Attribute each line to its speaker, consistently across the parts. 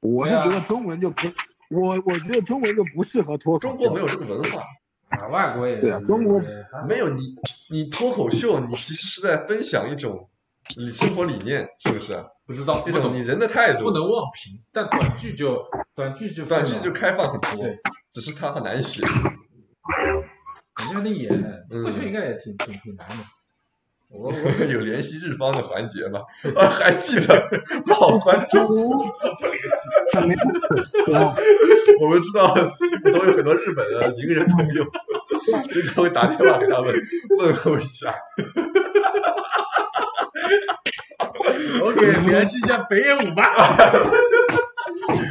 Speaker 1: 我是觉
Speaker 2: 啊
Speaker 1: 得中文就不，我我觉得中文就不适合脱口秀。
Speaker 3: 中国没有这个文化，
Speaker 4: 啊，外国也
Speaker 1: 对啊中国
Speaker 3: 没有你你脱口秀，你其实是在分享一种理生活理念，是不是？
Speaker 4: 不知道不
Speaker 3: 一种
Speaker 4: 懂
Speaker 3: 你，人的态度，
Speaker 4: 不能妄评，但短剧就短剧就
Speaker 3: 短剧就开放很多
Speaker 4: 对，
Speaker 3: 只是它很难写。
Speaker 4: 很有力
Speaker 3: 嗯
Speaker 4: 演，过去应该也挺挺挺难的。 我我
Speaker 3: 有联系日方的环节吗？啊，还记得老观众，
Speaker 1: 怎么样？对吧
Speaker 3: 我们知道都有很多日本的名人朋友，经常会打电话给他们问候一下。
Speaker 4: 我给联系一下北野武吧，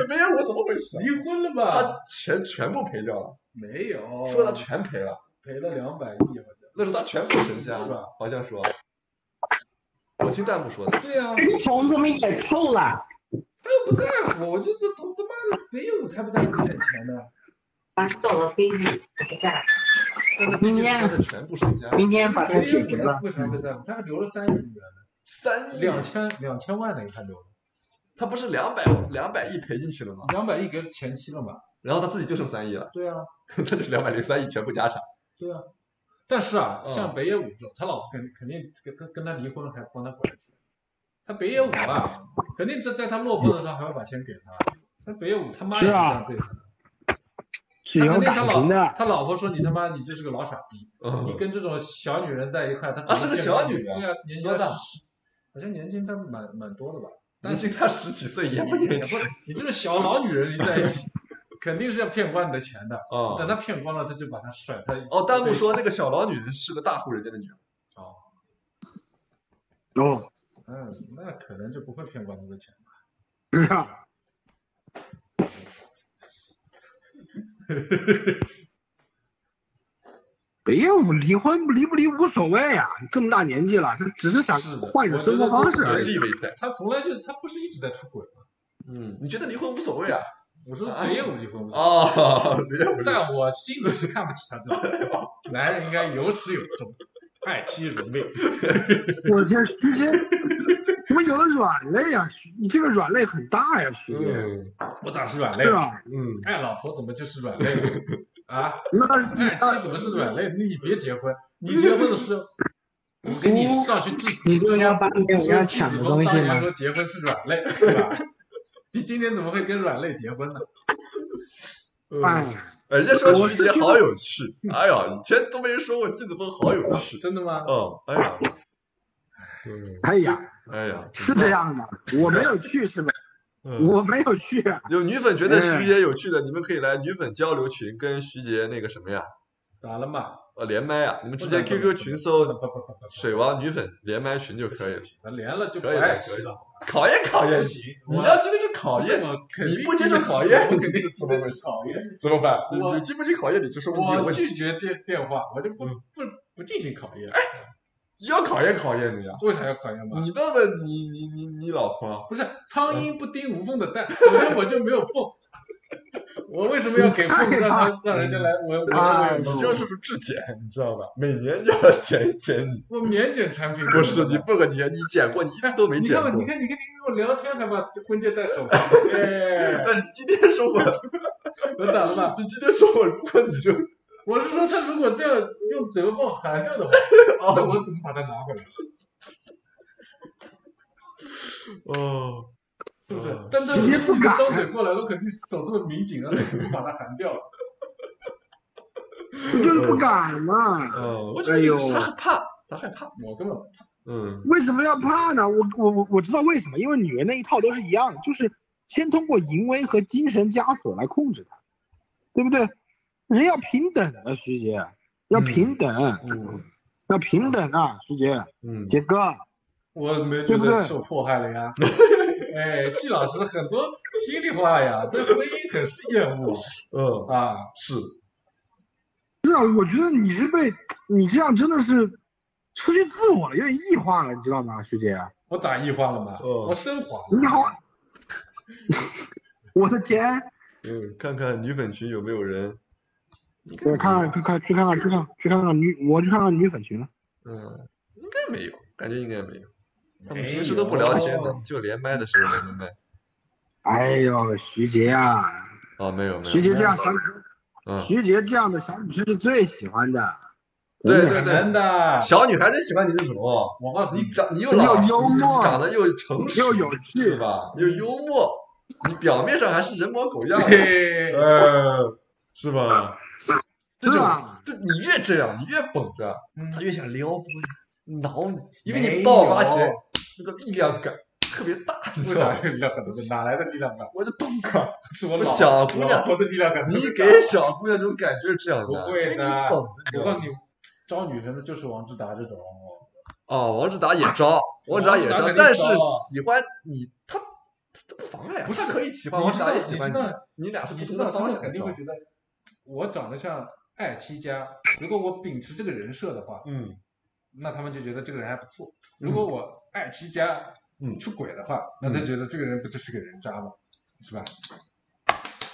Speaker 3: 没有哎我怎么回 事？
Speaker 4: 离婚了
Speaker 3: 他
Speaker 4: 吧？
Speaker 3: 钱全部赔掉了，
Speaker 4: 没有，
Speaker 3: 说他全赔了，
Speaker 4: 赔了两百亿，好像。
Speaker 3: 那是他全部身家
Speaker 4: 是吧，
Speaker 3: 好像说，我听弹幕说的。
Speaker 4: 对呀、啊，
Speaker 2: 这个虫子们也臭了，
Speaker 4: 他又不在乎，我就这他他妈的北野武才不在乎这点钱呢。
Speaker 2: 把他搞到飞机不干。
Speaker 3: 但是毕
Speaker 2: 明
Speaker 3: 竟
Speaker 2: 天
Speaker 3: 他的全部身家
Speaker 2: 明啊天把
Speaker 4: 北
Speaker 2: 它
Speaker 4: 野
Speaker 2: 解
Speaker 4: 武
Speaker 2: 决
Speaker 4: 他
Speaker 2: 了。
Speaker 4: 为啥不在乎？他是留了三十亿元，
Speaker 3: 三亿，
Speaker 4: 两千两千万呢，他留了，
Speaker 3: 他不是两百两百亿赔进去了吗？
Speaker 4: 两百亿给前妻了嘛？
Speaker 3: 然后他自己就剩三亿了，
Speaker 4: 对啊，
Speaker 3: 他就是两百零三亿全部家产。
Speaker 4: 对啊。但是啊，
Speaker 3: 嗯
Speaker 4: 像北野武这种，他老婆肯肯定跟跟跟他离婚了，还帮他管。他北野武啊，肯定在在他落魄的时候还要把钱给他。他北野武他妈也
Speaker 1: 是
Speaker 4: 这
Speaker 1: 啊
Speaker 4: 样对他的。
Speaker 1: 是有感情的，
Speaker 4: 他老婆说你他妈你就是个老傻逼，你
Speaker 3: 嗯，
Speaker 4: 跟这种小女人在一块，她
Speaker 3: 啊是个小女人
Speaker 4: 对啊，年纪
Speaker 3: 多大
Speaker 4: 好像年轻她蛮蛮多的吧，
Speaker 3: 毕竟他十几岁也不
Speaker 4: 也
Speaker 3: 年
Speaker 4: 不啊
Speaker 3: 轻
Speaker 4: 是你这个小老女人你在一起，肯定是要骗光你的钱的，
Speaker 3: 啊。
Speaker 4: 等她骗光了，她就把她甩开。
Speaker 3: 哦，弹幕说那个小老女人是个大户人家的女儿，
Speaker 4: 哦，
Speaker 1: 哦，
Speaker 4: 嗯，那可能就不会骗光她的钱了。
Speaker 1: 是 啊，北野武离婚离不离无所谓啊，这么大年纪了，他只是想换一种生活方式
Speaker 4: 啊
Speaker 3: 有
Speaker 1: 而已。
Speaker 3: 地位在。
Speaker 4: 她从来就她不是一直在出轨吗？
Speaker 3: 嗯，你觉得离婚无所谓啊？
Speaker 4: 我说北野武离婚不是
Speaker 3: 哦，没有，
Speaker 4: 但我心里是看不起他的。男人应该有始有终，爱妻如命。
Speaker 1: 我天，徐杰，怎么有了软肋啊？徐你这个软肋很大呀，徐杰，
Speaker 3: 嗯
Speaker 4: 我咋是软肋
Speaker 1: 是？
Speaker 2: 啊
Speaker 1: 吧？
Speaker 3: 嗯，
Speaker 4: 爱老婆怎么就是软肋呢？啊，
Speaker 1: 那
Speaker 4: 爱妻怎么是软肋？那你别结婚，你结婚的时候，我给你上去治。
Speaker 2: 你不要把你我要抢的东西
Speaker 4: 大家
Speaker 2: 吗？
Speaker 4: 说结婚是软肋，对吧？你今天怎么会跟软肋结婚呢？
Speaker 1: 哎，
Speaker 3: 人家说
Speaker 1: 我
Speaker 3: 徐
Speaker 1: 是
Speaker 3: 杰
Speaker 1: 觉得
Speaker 3: 好有趣，哎呀，以前都没人说过季子峰好有趣，
Speaker 4: 真的吗？
Speaker 3: 嗯，哎呀，嗯，
Speaker 1: 哎呀，
Speaker 3: 哎呀，
Speaker 1: 是这样的，我没有去是吧？
Speaker 3: 嗯
Speaker 1: 我哎没有去，
Speaker 3: 有女粉觉得徐杰有趣的，你们可以来女粉交流群跟徐杰那个什么呀，
Speaker 4: 咋了嘛？
Speaker 3: 呃，连麦啊，你们直接
Speaker 4: 不能
Speaker 3: QQ 群
Speaker 4: 不能
Speaker 3: 搜
Speaker 4: 不不不不不
Speaker 3: 水王女粉连麦群就可以了，
Speaker 4: 连了就不
Speaker 3: 可以的
Speaker 4: 爱
Speaker 3: 可
Speaker 4: 妻
Speaker 3: 以的
Speaker 4: 了。
Speaker 3: 考验考验
Speaker 4: 不
Speaker 3: 你，
Speaker 4: 行，
Speaker 3: 你要经得住考验，
Speaker 4: 我肯定
Speaker 3: 你不接受
Speaker 4: 得起
Speaker 3: 考验
Speaker 4: 我肯定经得起考验。
Speaker 3: 怎么办？你
Speaker 4: 我
Speaker 3: 你经不起考验，你就说明你有
Speaker 4: 我
Speaker 3: 问题。嗯
Speaker 4: 拒绝电电话，我就不不不进行考验。
Speaker 3: 哎要考验考验你啊！
Speaker 4: 为啥要考验嘛？
Speaker 3: 你问问你你你你老婆，
Speaker 4: 不是
Speaker 3: 嗯
Speaker 4: 苍蝇不叮无缝的蛋，首先我就没有缝， 我为什么要给缝让他让人家来
Speaker 3: 嗯
Speaker 4: 我我
Speaker 1: 啊
Speaker 4: 我
Speaker 3: 你
Speaker 4: 有
Speaker 3: 这哎是不是质检？你知道吧？每年就要检检你。
Speaker 4: 我免检产品
Speaker 3: 不是你不可你你检过，你一次都没
Speaker 4: 哎你
Speaker 3: 检
Speaker 4: 看我你
Speaker 3: 过。
Speaker 4: 看你看你跟我聊天还把婚戒戴手上，哎，
Speaker 3: 但是你今天说我，
Speaker 4: 我咋了吧？
Speaker 3: 你今天说我，如果你就
Speaker 4: 我是说他如果这样用嘴巴帮我含着的话，那我怎么把它拿回来？
Speaker 3: 哦，
Speaker 4: 对不对
Speaker 3: 嗯？
Speaker 4: 但但
Speaker 1: 直接不敢
Speaker 4: 张嘴过来，我肯定手这么抿紧了，把它含掉了。
Speaker 1: 你就是不敢嘛。
Speaker 3: 嗯，我觉
Speaker 1: 哎
Speaker 3: 得
Speaker 1: 呦
Speaker 3: 他害怕，他害怕。
Speaker 4: 我根本
Speaker 3: 嗯
Speaker 1: 为什么要怕呢？我我我我知道为什么，因为女人那一套都是一样的，就是先通过淫威和精神枷锁来控制她，对不对？人要平等啊，徐杰，要平等，
Speaker 3: 嗯
Speaker 1: 要平等啊，徐杰，
Speaker 3: 嗯，
Speaker 1: 杰哥，
Speaker 4: 我没觉
Speaker 1: 对不对
Speaker 4: 得受迫害了呀。 哎，季老师很多心里话呀，对婚姻很是厌恶
Speaker 3: 嗯
Speaker 4: 啊。
Speaker 3: 是，
Speaker 1: 是啊，我觉得你是被你这样真的是失去自我了，有点异化了，你知道吗，徐杰？
Speaker 4: 我打异化了吗？
Speaker 3: 哦
Speaker 4: 我升华了。
Speaker 1: 你好， 我的天，
Speaker 3: 嗯，看看女粉群有没有人。应该
Speaker 1: 我看看去看去看看去看去看看女，我去看看女粉群了。
Speaker 3: 嗯，应该没有，感觉应该没有。他们
Speaker 4: 没
Speaker 3: 平时都不聊天的
Speaker 4: 有，
Speaker 3: 就连麦的时候连个麦。
Speaker 1: 哎呦，徐杰啊，
Speaker 3: 啊，没有没有。
Speaker 1: 徐杰这样小女生，
Speaker 3: 嗯，
Speaker 1: 徐杰这样的小女生是最喜欢的。
Speaker 3: 对对对
Speaker 4: 真的，
Speaker 3: 小女孩子喜欢你是什么？
Speaker 4: 我告诉
Speaker 3: 你
Speaker 4: 你，
Speaker 3: 长你又
Speaker 1: 又
Speaker 3: 老实
Speaker 1: 幽默
Speaker 3: 长得又诚实，
Speaker 1: 又有趣
Speaker 3: 是吧？又幽默，你表面上还是人模狗样的，
Speaker 4: 嘿
Speaker 3: 呃，是吧？这
Speaker 1: 是
Speaker 3: 种，
Speaker 1: 吧？
Speaker 3: 这你越这样，你越绷着，
Speaker 4: 嗯
Speaker 3: 他越想撩拨你、挠你，因为
Speaker 4: 没
Speaker 3: 你爆发起来
Speaker 4: 有
Speaker 3: 那个力量感特别大，你
Speaker 4: 为
Speaker 3: 知道
Speaker 4: 啥
Speaker 3: 吗？
Speaker 4: 力量很多？哪来的力量感？
Speaker 3: 我的蹦啊！
Speaker 4: 是我老
Speaker 3: 小姑娘
Speaker 4: 我老婆的力量感特别大。
Speaker 3: 你给小姑娘这种感觉是这样的，
Speaker 4: 不
Speaker 3: 所
Speaker 4: 会
Speaker 3: 以你
Speaker 4: 的
Speaker 3: 绷着你知
Speaker 4: 我
Speaker 3: 道
Speaker 4: 告
Speaker 3: 吗
Speaker 4: 诉你，招女生的就是王志达这种，
Speaker 3: 哦，王志达也招，王志达也
Speaker 4: 王志达肯定
Speaker 3: 但是
Speaker 4: 招啊
Speaker 3: 喜欢你，他他他不妨碍啊，
Speaker 4: 不是
Speaker 3: 他可以喜欢
Speaker 4: 你
Speaker 3: 王志
Speaker 4: 知
Speaker 3: 达
Speaker 4: 道
Speaker 3: 也喜欢
Speaker 4: 你知道
Speaker 3: 你俩啊是不
Speaker 4: 你知道
Speaker 3: 同的
Speaker 4: 他
Speaker 3: 方
Speaker 4: 们
Speaker 3: 向
Speaker 4: 肯
Speaker 3: 的
Speaker 4: 定
Speaker 3: 招
Speaker 4: 会。觉得我长得像爱妻家，如果我秉持这个人设的话，
Speaker 3: 嗯，
Speaker 4: 那他们就觉得这个人还不错。如果我爱妻家，
Speaker 3: 嗯
Speaker 4: 出轨的话，那他觉得这个人不就是个人渣吗？是吧？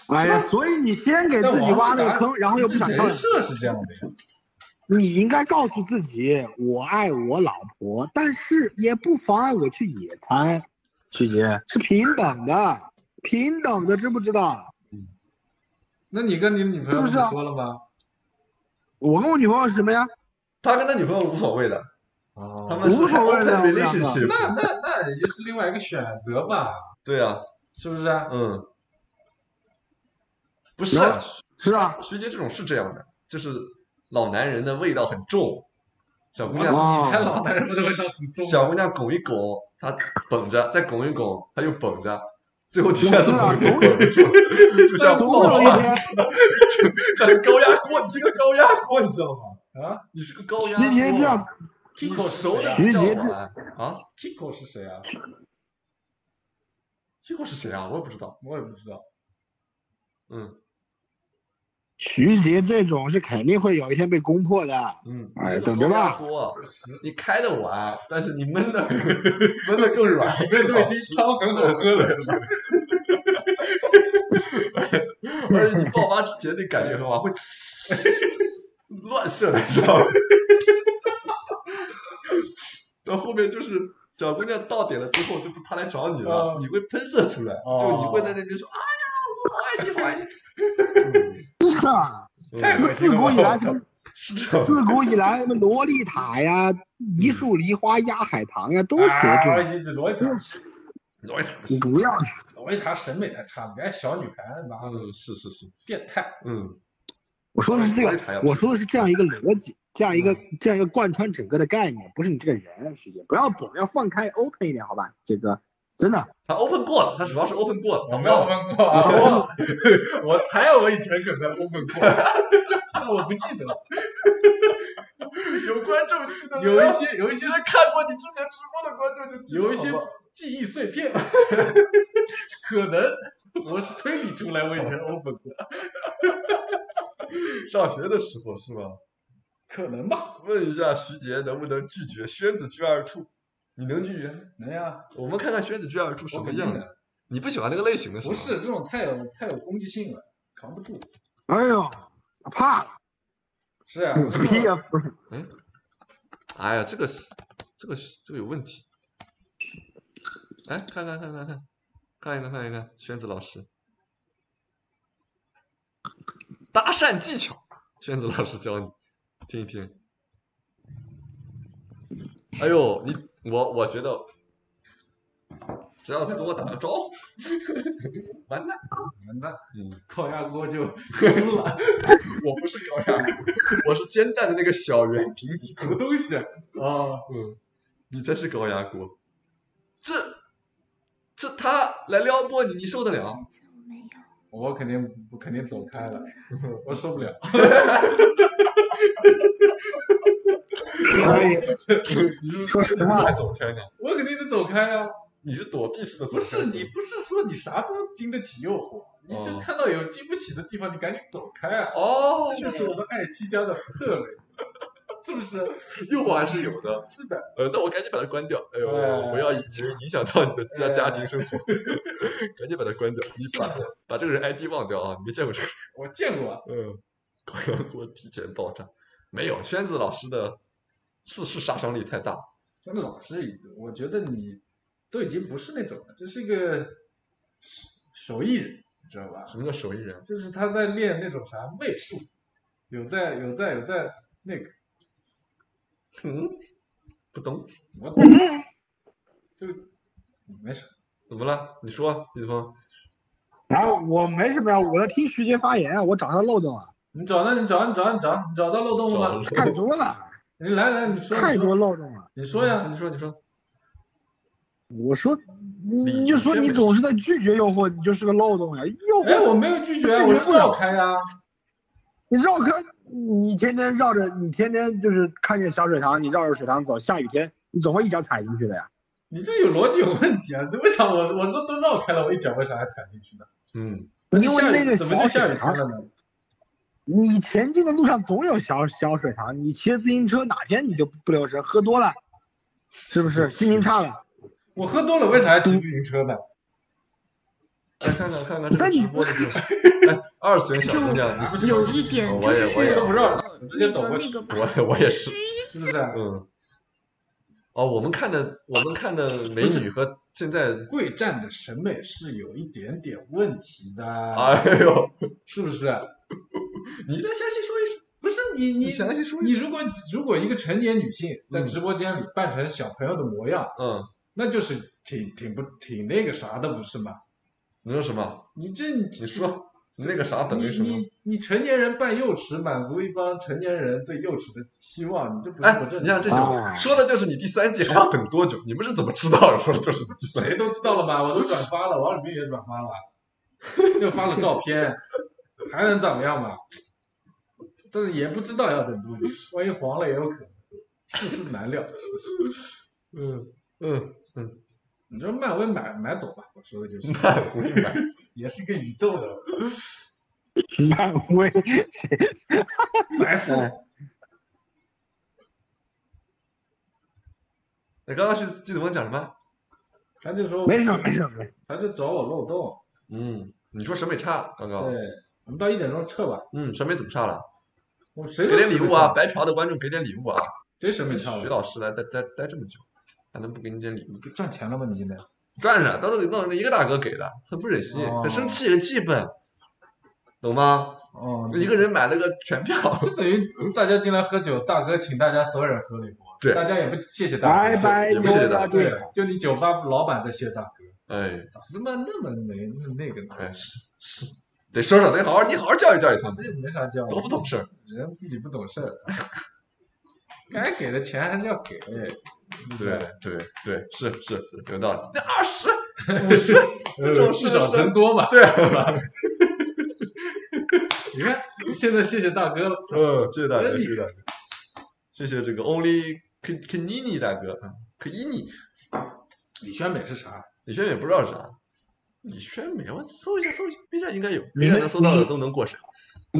Speaker 1: 哎呀，所以你先给自己挖那个坑，然后又不想跳
Speaker 4: 人。设是这样的呀。
Speaker 1: 你应该告诉自己，我爱我老婆，但是也不妨碍我去野餐。徐杰是平等的，平等的，知不知道？
Speaker 4: 那你跟你女朋友不
Speaker 1: 是
Speaker 4: 是
Speaker 1: 不是啊
Speaker 4: 说了吗？
Speaker 1: 我跟我女朋友是什么呀？
Speaker 3: 他跟他女朋友无所谓的，
Speaker 4: 哦
Speaker 3: 他们是
Speaker 1: 无所谓的
Speaker 3: open
Speaker 1: 我们两
Speaker 3: relationship，
Speaker 4: 那那那也是另外一个选择吧，
Speaker 3: 对啊，
Speaker 4: 是不是啊？
Speaker 3: 嗯，不是
Speaker 1: 然
Speaker 3: 啊，
Speaker 1: 是 吧？
Speaker 3: 徐杰这种是这样的，就是老男人的味道很重，小姑娘
Speaker 1: 哦
Speaker 4: 你看老男人不都会当很重
Speaker 3: 小姑娘拱一拱，她绷着，再拱一拱，她又绷着，最后底
Speaker 1: 是
Speaker 3: 下怎
Speaker 1: 啊
Speaker 3: 么，
Speaker 1: 总有
Speaker 3: 就像
Speaker 1: 总
Speaker 3: 爆
Speaker 1: 有
Speaker 3: 发
Speaker 1: 一天，
Speaker 3: 像高压锅，你是个高压锅，你知道吗？
Speaker 4: 啊
Speaker 3: 你是个高压锅。
Speaker 1: 徐杰这样，
Speaker 3: 你
Speaker 4: ？Kiko 是
Speaker 3: 手
Speaker 4: 谁
Speaker 3: 掌
Speaker 1: 徐
Speaker 4: 啊
Speaker 1: 杰
Speaker 3: 叫碗啊
Speaker 4: ？Kiko 是谁啊？
Speaker 3: ？Kiko 是谁啊？我也不知道。
Speaker 4: 我也不知道。
Speaker 3: 嗯
Speaker 1: 徐杰这种是肯定会有一天被攻破的。
Speaker 3: 嗯，
Speaker 1: 哎
Speaker 3: 你是个
Speaker 1: 等着吧
Speaker 3: 高压锅，你开的碗，但是你焖 的焖的更 软，
Speaker 4: 因为
Speaker 3: 更
Speaker 4: 都已
Speaker 3: 好吃
Speaker 4: 经汤很好喝了，是吧
Speaker 3: 而且你爆发之前那感觉的话会 乱射，你知道吗？ 到后面就是小姑娘到点了之后，就是她来找你了
Speaker 4: 哦，
Speaker 3: 你会喷射出来，就
Speaker 4: 哦
Speaker 3: 你会在那边说：“啊哎呀，我好爱你，好爱你。
Speaker 1: 是啊，
Speaker 3: 嗯”
Speaker 4: 太
Speaker 1: 那么自古以来，什么
Speaker 3: 是这样
Speaker 1: 自古以来，什么洛丽塔呀、一树梨花压海棠呀，都写这
Speaker 4: 啊
Speaker 1: 种。
Speaker 4: 你罗一塔，
Speaker 3: 罗一塔不
Speaker 1: 你
Speaker 3: 行
Speaker 1: 不要
Speaker 4: 罗一塔审美太差，你爱小女孩，妈的
Speaker 3: 嗯，是是是，
Speaker 4: 变态。
Speaker 3: 嗯，
Speaker 1: 我说的是这
Speaker 3: 我也
Speaker 1: 个
Speaker 3: 查一下，
Speaker 1: 我说的是这样一个逻辑，这样一个、这样一个贯穿整个的概念，不是你这个人，徐姐，不要总要放开，open 一点，好吧？这个真的，
Speaker 3: 他 open 过了，他主要是 open 过了，哦
Speaker 4: 我没有问过啊，我我才我以前可能问过， 但我不记得了。
Speaker 3: 有观众记得
Speaker 4: 有一些有一些
Speaker 3: 觉得看过你之前直播的观众就记得
Speaker 4: 有一些
Speaker 3: 好吧
Speaker 4: 记忆碎片，可能我是推理出来我以前 open 过，
Speaker 3: 上学的时候是吧？
Speaker 4: 可能吧？
Speaker 3: 问一下徐杰能不能拒绝宣子 G 二处？你能拒绝？
Speaker 4: 能呀，
Speaker 3: 我们看看宣子 G 二处什
Speaker 4: 我
Speaker 3: 么
Speaker 4: 肯定
Speaker 3: 样
Speaker 4: 的。
Speaker 3: 你不喜欢那个类型的是
Speaker 4: 不
Speaker 3: 吧？
Speaker 4: 是这种太有太有攻击性了，扛不住。
Speaker 1: 哎呦，怕了，
Speaker 4: 是啊，
Speaker 1: 屁呀、不是
Speaker 3: 哎呀，这个是这个是这个有问题。哎，看看看看看，看一看看一看，宣子老师，搭讪技巧，宣子老师教你，听一听。哎呦，你我我觉得，只要他跟我打个招呼，完蛋。
Speaker 4: 那
Speaker 3: 嗯，
Speaker 4: 高压锅就 崩了。
Speaker 3: 我不是高压，我是煎蛋的那个小圆平底
Speaker 4: 什么东西啊？啊，
Speaker 3: 嗯，你才是高压锅，这这他来撩拨你，你受得 了？
Speaker 4: 我肯定我肯定走开了，我受不了。
Speaker 1: 可
Speaker 4: 哎
Speaker 1: 以， 说实话
Speaker 3: 还走开呢？
Speaker 4: 我肯定得走开啊！
Speaker 3: 你是躲避式的走
Speaker 4: 不
Speaker 3: 开
Speaker 4: 是你，不是说你啥都经得起诱惑，你就
Speaker 3: 哦
Speaker 4: 看到有经不起的地方，你赶紧走开啊！
Speaker 3: 哦，
Speaker 4: 这就是我们爱妻家的策略， 是不是？
Speaker 3: 诱惑还是有的。
Speaker 4: 是的，
Speaker 3: 呃，那我赶紧把它关掉。哎呦，
Speaker 4: 哎
Speaker 3: 不要影影响到你的家
Speaker 4: 哎
Speaker 3: 家庭生活， 赶紧把它关掉。你把把这个人 ID 忘掉啊，你没见过这个人。
Speaker 4: 我见过啊，
Speaker 3: 嗯， 高压锅提前爆炸，没有，宣子老师的世事杀伤力太大。
Speaker 4: 咱们老师已经，我觉得你都已经不是那种了，这是一个手艺人，你知道吧？
Speaker 3: 什么叫手艺人？
Speaker 4: 就是他在练那种啥媚术，有在有在有在那个，
Speaker 3: 嗯，不懂，
Speaker 4: 我就没事，
Speaker 3: 怎么了？你说，李峰，
Speaker 1: 然后我没什么呀，我在听徐杰发言啊，我找他漏洞啊，
Speaker 4: 你找到你找到你找到你找到你找到漏洞了
Speaker 3: 找
Speaker 4: 吗？
Speaker 1: 太多 了，
Speaker 4: 你哎来来，你说
Speaker 1: 太
Speaker 4: 你
Speaker 1: 多
Speaker 4: 说
Speaker 1: 漏洞了。
Speaker 4: 你说呀，
Speaker 3: 嗯你说你说，
Speaker 1: 我说，你
Speaker 3: 理
Speaker 1: 你就说
Speaker 3: 理
Speaker 1: 你
Speaker 3: 解
Speaker 1: 总是在拒绝诱惑，你就是个漏洞呀！诱
Speaker 4: 哎，
Speaker 1: 惑
Speaker 4: 我没有拒绝，我是绕开啊呀、
Speaker 1: 你绕开，你天天绕着，你天天就是看见小水塘，你绕着水塘走，下雨天你总会一脚踩进去的呀。
Speaker 4: 你这有逻辑有问题啊！这为啥我我这都绕开了，我一脚为啥还踩进去呢？
Speaker 3: 嗯，
Speaker 1: 因为
Speaker 4: 下雨
Speaker 1: 那个
Speaker 4: 怎么就
Speaker 1: 小水
Speaker 4: 下雨天
Speaker 1: 塘，
Speaker 4: 了呢？
Speaker 1: 你前进的路上总有小小水塘，你骑着自行车哪天你就不留神，喝多了，是不是心情差了？
Speaker 4: 我喝多了为啥要骑自行车呢？
Speaker 3: 来嗯看看看看
Speaker 1: 那
Speaker 3: 这个
Speaker 1: 你
Speaker 3: 直播的这种，哎，二次元小姑娘，你是
Speaker 5: 有一点
Speaker 3: 哦我也我
Speaker 5: 就是
Speaker 3: 也
Speaker 4: 都不绕，你直接
Speaker 5: 那
Speaker 4: 走
Speaker 5: 个
Speaker 4: 过
Speaker 5: 那
Speaker 4: 去，
Speaker 5: 个吧，
Speaker 3: 我也我也是，
Speaker 4: 是不是啊？
Speaker 3: 嗯，哦，我们看的我们看的美女和现在，
Speaker 4: 贵站的审美是有一点点问题的，
Speaker 3: 哎呦，
Speaker 4: 是不是？
Speaker 3: 你再详细说一说，
Speaker 4: 不是你你
Speaker 3: 你详细说一
Speaker 4: 你
Speaker 3: 说，
Speaker 4: 如果如果一个成年女性在
Speaker 3: 嗯
Speaker 4: 直播间里扮成小朋友的模样，
Speaker 3: 嗯，
Speaker 4: 那就是挺挺不挺那个啥的，不是吗？
Speaker 3: 你说什么？
Speaker 4: 你这
Speaker 3: 你说那个啥等于什么
Speaker 4: 你？你你成年人扮幼齿，满足一帮成年人对幼齿的期望，你这不是
Speaker 3: 哎
Speaker 4: 不，正
Speaker 3: 你
Speaker 4: 常？
Speaker 3: 看这
Speaker 1: 啊
Speaker 3: 种 说的就是你第三季还要等多久？你们是怎么知道的说的就是你第三季？
Speaker 4: 谁都知道了吧？我都转发了，王宇斌也转发了，又发了照片，还能怎么样嘛？但是也不知道要等多久，万一黄了也有可能，世事难料。
Speaker 3: 嗯嗯，
Speaker 4: 你说漫威买买走吧，我说的就是，
Speaker 3: 漫威买
Speaker 4: 也是个宇宙 的
Speaker 1: 漫威，
Speaker 4: 白富
Speaker 1: 哎
Speaker 3: 你哎刚刚是季子峰讲什么？
Speaker 4: 他就说
Speaker 1: 没什么，没什么，没什么
Speaker 4: 他就找我漏洞。
Speaker 3: 嗯，你说审美差，刚
Speaker 4: 对
Speaker 3: 刚，，
Speaker 4: 我们到一点钟撤吧。
Speaker 3: 嗯，审美怎么差了？
Speaker 4: 我谁
Speaker 3: 给
Speaker 4: 说
Speaker 3: 点礼
Speaker 4: 审美
Speaker 3: 物啊，
Speaker 4: 差
Speaker 3: 白嫖的观众给点礼物啊！
Speaker 4: 谁审美差
Speaker 3: 徐
Speaker 4: 了？
Speaker 3: 老师来待待待这么久，还能不给你点礼物？
Speaker 4: 赚钱了吗？你现在？
Speaker 3: 赚着，当时给弄一个大哥给的，很不忍心，
Speaker 4: 哦
Speaker 3: 很生气，很气愤，懂吗？
Speaker 4: 哦，
Speaker 3: 一个人买了个全票，
Speaker 4: 就等于大家进来喝酒，大哥请大家所有人喝了一波，
Speaker 3: 对
Speaker 4: 大家也不谢谢大
Speaker 1: 拜
Speaker 4: 哥，
Speaker 1: 拜，
Speaker 3: 也不是的
Speaker 1: 哎
Speaker 3: 啊
Speaker 1: 对
Speaker 4: 对，就你酒吧老板在谢大哥，
Speaker 3: 哎
Speaker 4: 咋他妈那么没那个呢？
Speaker 3: 哎是是，得说说，得好好，你好好教育教育他们，
Speaker 4: 那也没啥教，
Speaker 3: 多不懂事儿。
Speaker 4: 人自己不懂事儿， 该给的钱还是要给，
Speaker 3: 对对对，是是是，有道理。那二 十、五十，
Speaker 4: 呃，
Speaker 3: 这种
Speaker 4: 聚
Speaker 3: 事
Speaker 4: 少成多嘛，
Speaker 3: 对
Speaker 4: 是吧？你看现在谢谢大哥了，
Speaker 3: 嗯，谢谢大哥，
Speaker 4: 真
Speaker 3: 谢
Speaker 4: 厉
Speaker 3: 谢大哥，谢谢这个 Only K K n i n i 大哥，嗯，K i n i
Speaker 4: 李宣美是啥？
Speaker 3: 李轩美不知道是啥，李轩美，我搜一下搜一下，B 站应该有
Speaker 1: 你
Speaker 3: ，B 站
Speaker 1: 们
Speaker 3: 能搜到的
Speaker 1: 你
Speaker 3: 都能过审。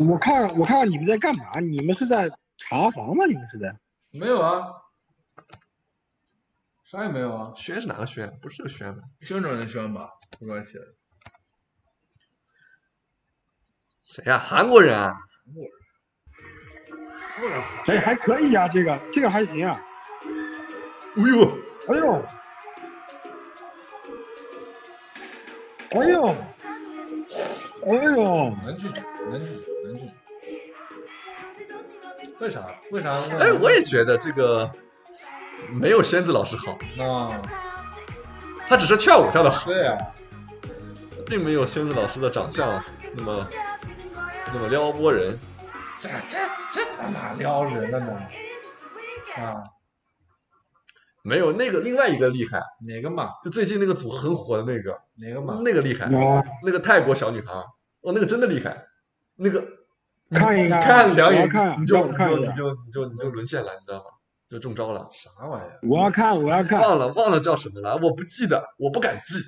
Speaker 1: 我看我看看你们在干嘛？你们是在查房吗？你们是在？
Speaker 4: 没有啊，啥也没有啊，
Speaker 3: 轩是哪个轩？不是这个轩吧？
Speaker 4: 宣传的宣吧，没关系。啊
Speaker 3: 谁呀、韩国人啊？
Speaker 1: 哎，还可以啊，这个这个还行啊。
Speaker 3: 哎呦，
Speaker 1: 哎呦，哎呦，哎呦，
Speaker 4: 能拒绝，能拒绝，能拒绝。为啥？为啥？为啥
Speaker 3: 哎，我也觉得这个没有轩子老师好，
Speaker 4: 啊，
Speaker 3: 他只是跳舞跳的好，
Speaker 4: 对啊，
Speaker 3: 并没有轩子老师的长相啊那么那么撩拨人。
Speaker 4: 这这这他妈撩人了呢？啊，
Speaker 3: 没有那个另外一个厉害，
Speaker 4: 哪个嘛？
Speaker 3: 就最近那个组合很火的那个，
Speaker 4: 哪个
Speaker 1: 嗯
Speaker 4: 嘛？
Speaker 3: 那个厉害，
Speaker 1: 我
Speaker 3: 那个泰国小女孩，哦，那个真的厉害，那个
Speaker 1: 看一
Speaker 3: 你
Speaker 1: 看，啊
Speaker 3: 看两
Speaker 1: 嗯我要
Speaker 3: 眼
Speaker 1: 看，
Speaker 3: 你就
Speaker 1: 让
Speaker 3: 你
Speaker 1: 我看
Speaker 3: 就
Speaker 1: 一
Speaker 3: 你
Speaker 1: 下，
Speaker 3: 就你就你就沦陷了，你知道吗？就中招了，
Speaker 4: 啥玩意儿？
Speaker 1: 我要看，我要看，
Speaker 3: 忘了忘了叫什么了，我不记得，我不敢记，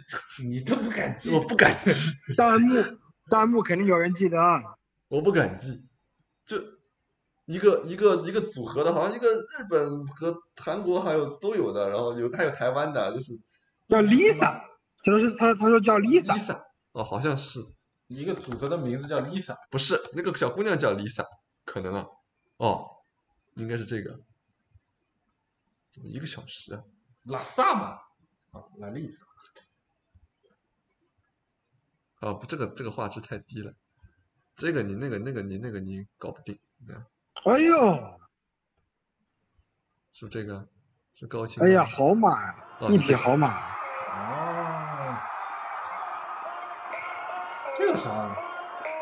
Speaker 4: 你都不敢记
Speaker 3: 我不敢 记，
Speaker 1: 弹幕弹幕肯定有人记得啊。
Speaker 3: 我不敢记，就一个一个一个组合的，好像一个日本和韩国还有都有的，然后有还有台湾的，就是
Speaker 1: 叫 Lisa，他说是他他说叫 Lisa，
Speaker 3: Lisa，哦，好像是
Speaker 4: 一个组合的名字叫 Lisa，
Speaker 3: 不是那个小姑娘叫 Lisa，可能啊，哦，应该是这个，怎么一个小时啊？
Speaker 4: 拉萨嘛？啊，拉 Lisa。
Speaker 3: 啊，不，这个这个画质太低了，这个你那个那个你那个你搞不定，嗯
Speaker 1: 哎呦，
Speaker 3: 是这个，是高清。
Speaker 1: 哎呀，，好马呀、
Speaker 3: 哦
Speaker 1: 一匹
Speaker 3: 是这个
Speaker 1: 好马，
Speaker 4: 哦，这有啥呀？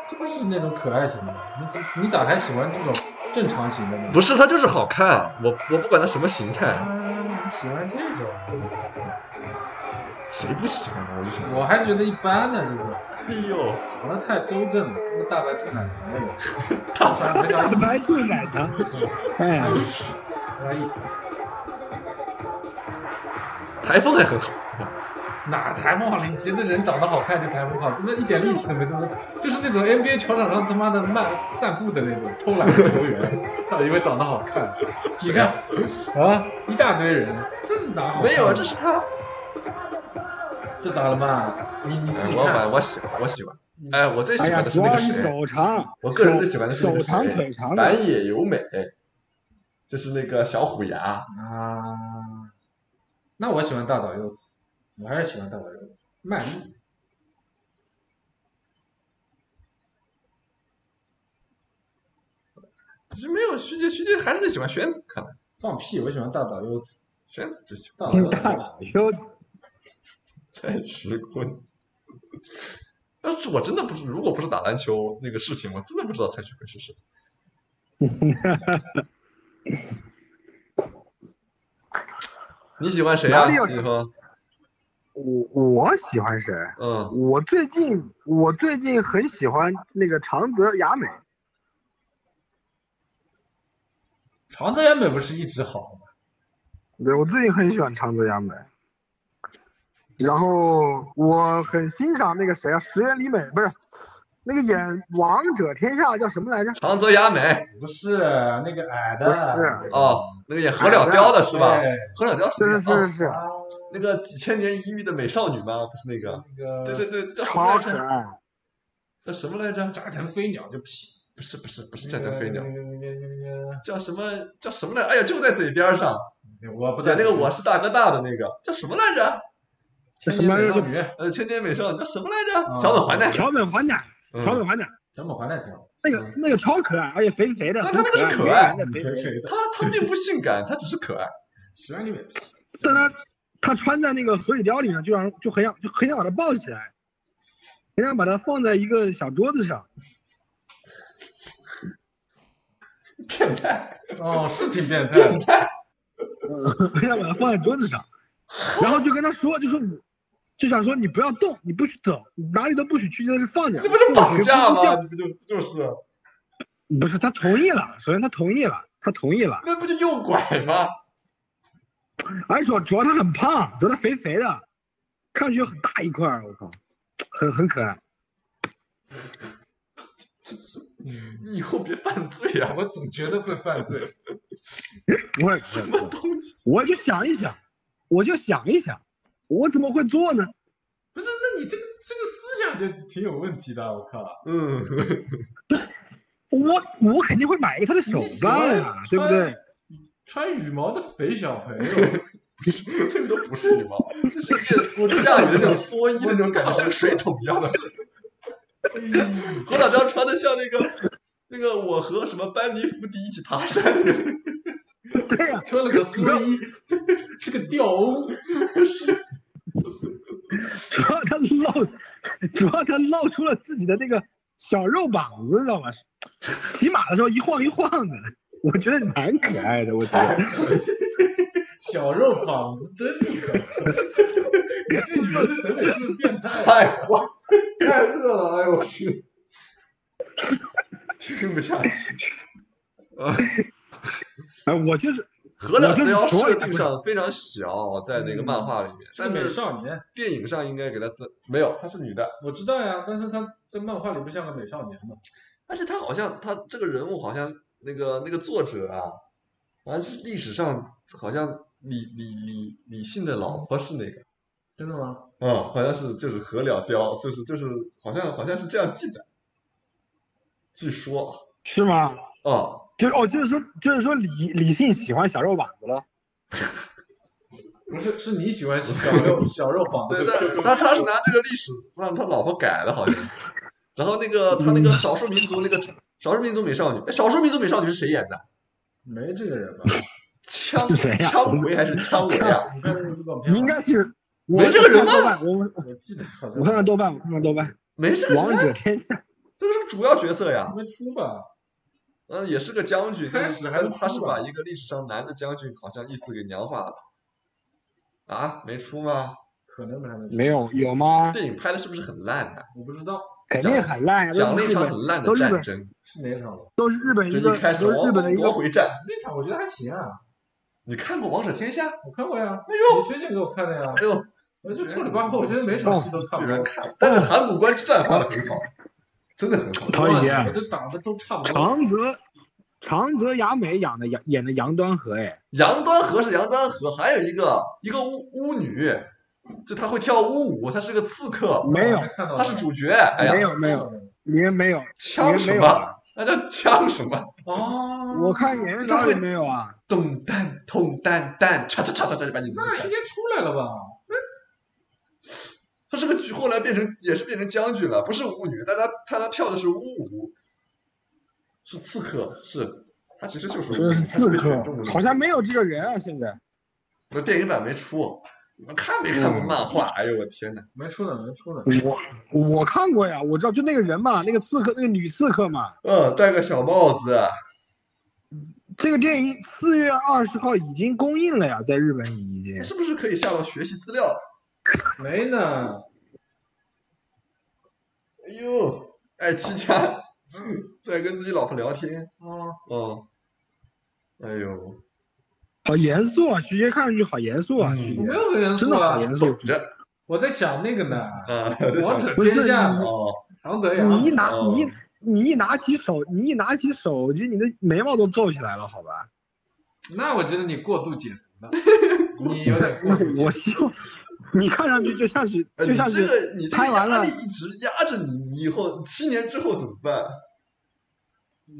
Speaker 4: 这不是那种可爱型的吗，你你咋还喜欢这种正常型的呢？
Speaker 3: 不
Speaker 4: 是，
Speaker 3: 是，它就是好看，我我不管它什么形态，
Speaker 4: 你啊喜欢这种？
Speaker 3: 谁不喜欢呢？我就想，
Speaker 4: 我还觉得一般呢，这个
Speaker 3: 哎呦，
Speaker 4: 长得太周正了，这个大白兔奶糖了也，
Speaker 3: 大
Speaker 4: 啥没 啥意思，
Speaker 1: 白兔奶 糖，哎呀，
Speaker 4: 没啥意思。
Speaker 3: 台风还很好，
Speaker 4: 哪台风好？你觉得人长得好看就台风好，真的一点力气都没，真的就是那种 NBA 球场上他妈的慢散步的那种偷懒的球员，咋以为长得好看？你看啊，一大堆人，这哪好看？
Speaker 3: 没有啊，这是它。
Speaker 4: 这咋了嘛？你你
Speaker 3: 哎
Speaker 4: 你
Speaker 3: 我买，
Speaker 4: 看，
Speaker 3: 我喜欢，我喜欢。哎，我最喜
Speaker 1: 哎呀，
Speaker 3: 欢的是
Speaker 1: 主
Speaker 3: 那
Speaker 1: 要
Speaker 3: 个
Speaker 1: 是
Speaker 3: 谁？
Speaker 1: 手长，
Speaker 3: 我个人最喜欢的是那
Speaker 1: 手
Speaker 3: 个
Speaker 1: 手长
Speaker 3: 谁
Speaker 1: 腿长
Speaker 3: 板
Speaker 1: 的，
Speaker 3: 野由美，就是那个小虎牙。
Speaker 4: 啊，那我喜欢大岛优子，我还是喜欢大岛优子，卖力。
Speaker 3: 其实没有徐杰，徐杰还是最喜欢玄子，看来
Speaker 4: 放屁！我喜欢大岛优子，
Speaker 3: 玄子最喜
Speaker 4: 大
Speaker 3: 欢
Speaker 4: 岛优
Speaker 1: 大
Speaker 4: 子，
Speaker 1: 佬优子。
Speaker 3: 蔡徐坤。 要是我真的不是，如果不是打篮球那个事情，我真的不知道蔡徐坤是谁。 你喜欢谁啊？
Speaker 1: 哪里有
Speaker 3: 你说，
Speaker 1: 我我喜欢谁？
Speaker 3: 嗯，
Speaker 1: 我最近我最近很喜欢那个长泽雅美，
Speaker 4: 长泽雅美不是一直好吗？
Speaker 1: 对我最近很喜欢长泽雅美。然后我很欣赏那个谁啊，石原里美不是那个演《王者天下》叫什么来着？
Speaker 3: 长泽雅美
Speaker 4: 不是那个矮的，
Speaker 1: 不是
Speaker 3: 哦，那个演何了雕的是吧？
Speaker 4: 对
Speaker 3: 何了雕是那
Speaker 1: 是
Speaker 3: 个
Speaker 1: 是是
Speaker 3: 哦
Speaker 1: 是，
Speaker 4: 啊
Speaker 3: 那个几千年一遇的美少女吗？不是那个，
Speaker 4: 那个
Speaker 3: 对对对，叫什
Speaker 1: 超
Speaker 3: 么来
Speaker 1: 可
Speaker 3: 着？
Speaker 1: 爱。
Speaker 3: 叫什么来着？
Speaker 4: 炸腾飞鸟就屁，
Speaker 3: 不是不是不是战争飞鸟
Speaker 4: 那，个那个那个
Speaker 3: 叫什么叫什么来？哎呀，就在嘴边上，
Speaker 4: 那个，我不
Speaker 3: 演那个
Speaker 4: 我
Speaker 3: 我是大哥大的那个叫什么来着？
Speaker 1: 这什么来着？
Speaker 4: 女，
Speaker 3: 呃，千年美少女叫什么来
Speaker 4: 啊
Speaker 3: 着？桥本环奈。
Speaker 1: 桥本环奈，
Speaker 3: 嗯
Speaker 1: 桥本环奈，
Speaker 4: 小本环奈挺好，
Speaker 1: 那个那个超可爱，而且肥肥的，
Speaker 3: 但
Speaker 1: 很
Speaker 3: 哦他那个是
Speaker 1: 爱，
Speaker 3: 可爱
Speaker 1: 圆圆的肥
Speaker 4: 谁
Speaker 1: 肥的。
Speaker 4: 谁的？
Speaker 3: 她她并不性感，她只是可爱。
Speaker 4: 十万里美，
Speaker 1: 但他他穿在那个水貂里面，就让就很想就很想把它抱起来，很想把它放在一个小桌子上。
Speaker 3: 变态，
Speaker 4: 哦，是挺变态
Speaker 3: 变
Speaker 4: 的，
Speaker 3: 态。
Speaker 1: 嗯，要把它放在桌子上，然后就跟他说，就说你，就想说你不要动，你不许走，你哪里都不许去，就在这放着。
Speaker 3: 这不就绑架
Speaker 1: 不许
Speaker 3: 吗？
Speaker 1: 叫
Speaker 3: 这不就不就是？
Speaker 1: 不是，他同意了，首先他同意了，他同意了，
Speaker 3: 那不就诱拐吗？
Speaker 1: 而且主要主要他很胖，主要他肥肥的，看上去有很大一块儿，我靠，很很可爱。
Speaker 3: 你以后别犯罪啊！
Speaker 4: 我总觉得会犯罪。
Speaker 1: 我也不会，我就想一想，我就想一想，我怎么会做呢？
Speaker 4: 不是，那你这个这个思想就挺有问题的，我靠！
Speaker 3: 嗯，
Speaker 1: 我我肯定会买一个他的手办呀、 对
Speaker 4: 你
Speaker 3: 啊
Speaker 1: 不对？？
Speaker 4: 穿羽毛的肥小朋友，
Speaker 3: 这个都不是羽毛，这是一件像你的那种蓑衣的那种感觉，像个水桶一样的。何老张穿的像那个那个我和什么班尼福迪一起爬山的人，
Speaker 1: 对呀、啊
Speaker 4: 穿了个蓑衣，是个吊翁，
Speaker 1: 主要他露， 主要他露出了自己的那个小肉膀子，你知道吗？骑马的时候一晃一晃的，我觉得蛮可爱的。我觉 得
Speaker 4: 小肉膀子，真厉害！你这女人的审美是不是变态啊？
Speaker 3: 太坏，太饿了，哎呦我去，听不下去。啊，
Speaker 1: 哎，我就是
Speaker 3: 何老
Speaker 1: 我就是
Speaker 3: 雕
Speaker 1: 所有
Speaker 3: 设定上非常小，在那个漫画里面，
Speaker 4: 是个
Speaker 3: 但
Speaker 4: 美
Speaker 3: 嗯是
Speaker 4: 少年，
Speaker 3: 电影上应该给他增没有，她是女的，
Speaker 4: 我知道呀，但是他在漫画里不像个美少年嘛。
Speaker 3: 而且她好像她这个人物好像那个那个作者啊，好像是历史上好像李李李李信的老婆是那个。
Speaker 4: 真的吗？
Speaker 3: 嗯，好像是就是何了雕，就是就是好像好像是这样记载，据说
Speaker 1: 是吗？
Speaker 3: 啊，哦
Speaker 1: 就是哦，就是说，就是说李李信喜欢小肉膀子了。
Speaker 4: 不是，是你喜欢小肉小肉黄
Speaker 3: 对，
Speaker 4: 对
Speaker 3: 但他他是拿这个历史让他老婆改的，好像。然后那个他那个少数民族那个少数民族美少女，哎少数民族美少女是谁演的？
Speaker 4: 没这个 人吧？
Speaker 3: 枪
Speaker 1: 是谁呀
Speaker 3: 枪维还是枪维啊？
Speaker 4: 你看预告片吧，
Speaker 1: 应该是我
Speaker 3: 没这个人吗
Speaker 1: 看豆瓣，我
Speaker 4: 我记得好像
Speaker 1: 我看看豆瓣，我看看豆瓣，
Speaker 3: 没这个
Speaker 1: 王
Speaker 3: 人，
Speaker 1: 者天下
Speaker 3: 这个是主要角色呀。
Speaker 4: 还没出吧？
Speaker 3: 嗯，也是个将军，
Speaker 4: 开
Speaker 3: 但
Speaker 4: 始
Speaker 3: 是
Speaker 4: 还
Speaker 3: 但
Speaker 4: 没
Speaker 3: 是他是
Speaker 4: 出吧
Speaker 3: 把一个历史上男的将军好像意思给娘化了。啊，没出吗？
Speaker 4: 可能还没出，
Speaker 1: 没有有吗？
Speaker 3: 电影拍的是不是很烂啊？
Speaker 4: 我不知道
Speaker 1: 肯定很烂呀，
Speaker 3: 讲
Speaker 1: 都
Speaker 3: 了
Speaker 1: 是
Speaker 3: 一
Speaker 1: 日
Speaker 3: 场
Speaker 1: 本
Speaker 3: 很烂的
Speaker 1: 都日
Speaker 3: 战
Speaker 1: 本
Speaker 3: 争，
Speaker 4: 是哪场了。
Speaker 1: 都是日本
Speaker 3: 就
Speaker 1: 一个
Speaker 3: 一开始
Speaker 1: 都是日本的一
Speaker 3: 夺
Speaker 1: 个，
Speaker 3: 回战。
Speaker 4: 那场我觉得还行啊，
Speaker 3: 你看过《王者天下》？
Speaker 4: 我看过呀，
Speaker 3: 哎呦
Speaker 4: 你推荐给我看的呀。
Speaker 3: 哎呦，
Speaker 4: 哦我就臭里八货，我觉得每场戏都差不
Speaker 3: 居
Speaker 1: 哦
Speaker 4: 多
Speaker 3: 然。看！但是函谷关之战画的很好，真的很好。
Speaker 1: 陶艺杰
Speaker 4: 哇这打的都差不多。
Speaker 1: 长泽长泽雅美演的杨演的杨端和哎，
Speaker 3: 杨端和是杨端和，还有一个一个巫巫女，就她会跳巫舞，她是个刺客，
Speaker 1: 没有
Speaker 4: 我看到了
Speaker 3: 她是主角。哎呀，
Speaker 1: 没有没有，你们没有，你
Speaker 3: 枪
Speaker 1: 们
Speaker 3: 什
Speaker 1: 没有
Speaker 3: 么？
Speaker 1: 啊，
Speaker 3: 那叫枪什么？
Speaker 4: 哦，
Speaker 1: 我看演员照里没有啊。
Speaker 3: 咚蛋咚蛋蛋，叉叉叉叉叉就把你弄
Speaker 4: 那应
Speaker 3: 开。
Speaker 4: 该出来了吧？
Speaker 3: 她是个举后来变成也是变成将军了，不是巫女，但她但她跳的是巫舞，是刺客，是她其实就是巫
Speaker 1: 这
Speaker 3: 女
Speaker 1: 是刺
Speaker 3: 她被
Speaker 1: 客
Speaker 3: 选中的那，个
Speaker 1: 好像没有这个人啊，现在
Speaker 3: 那电影版没出，你们看没看过漫画？哎呦我天哪！
Speaker 4: 没出呢，没出呢。
Speaker 1: 我我看过呀，我知道就那个人嘛，那个刺客，那个女刺客嘛。
Speaker 3: 嗯，戴个小帽子，
Speaker 1: 这个电影四月二十号已经公映了呀，在日本已经。
Speaker 3: 是不是可以下到学习资料？
Speaker 4: 没呢，
Speaker 3: 哎呦，爱妻家 在跟自己老婆聊天，
Speaker 4: 啊，
Speaker 3: 嗯，哎呦，
Speaker 1: 好严肃啊，徐杰看上去好严肃啊，
Speaker 3: 嗯
Speaker 1: 徐
Speaker 4: 我
Speaker 1: 杰
Speaker 4: 没有很严
Speaker 1: 真
Speaker 4: 肃
Speaker 1: 的好
Speaker 4: 啊。
Speaker 1: 严肃。
Speaker 3: 这
Speaker 4: 我在想那个呢，
Speaker 3: 啊，
Speaker 4: 王者
Speaker 1: 不是
Speaker 4: 天下
Speaker 1: 你
Speaker 3: 哦，
Speaker 4: 长泽雅，
Speaker 1: 你一拿
Speaker 3: 哦
Speaker 1: 你一你一拿起手，你一拿起手机，你的眉毛都皱起来了，好吧？
Speaker 4: 那我觉得你过度解读了，你有点过呃度解
Speaker 1: 那 我
Speaker 4: 读。
Speaker 1: 希望你看上去就像是
Speaker 3: 哎
Speaker 1: 就
Speaker 3: 你
Speaker 1: 像
Speaker 3: 这
Speaker 1: 是
Speaker 3: 个你这个
Speaker 1: 拍完
Speaker 3: 压
Speaker 1: 了
Speaker 3: 力一直压着你，你以后七年之后怎么办？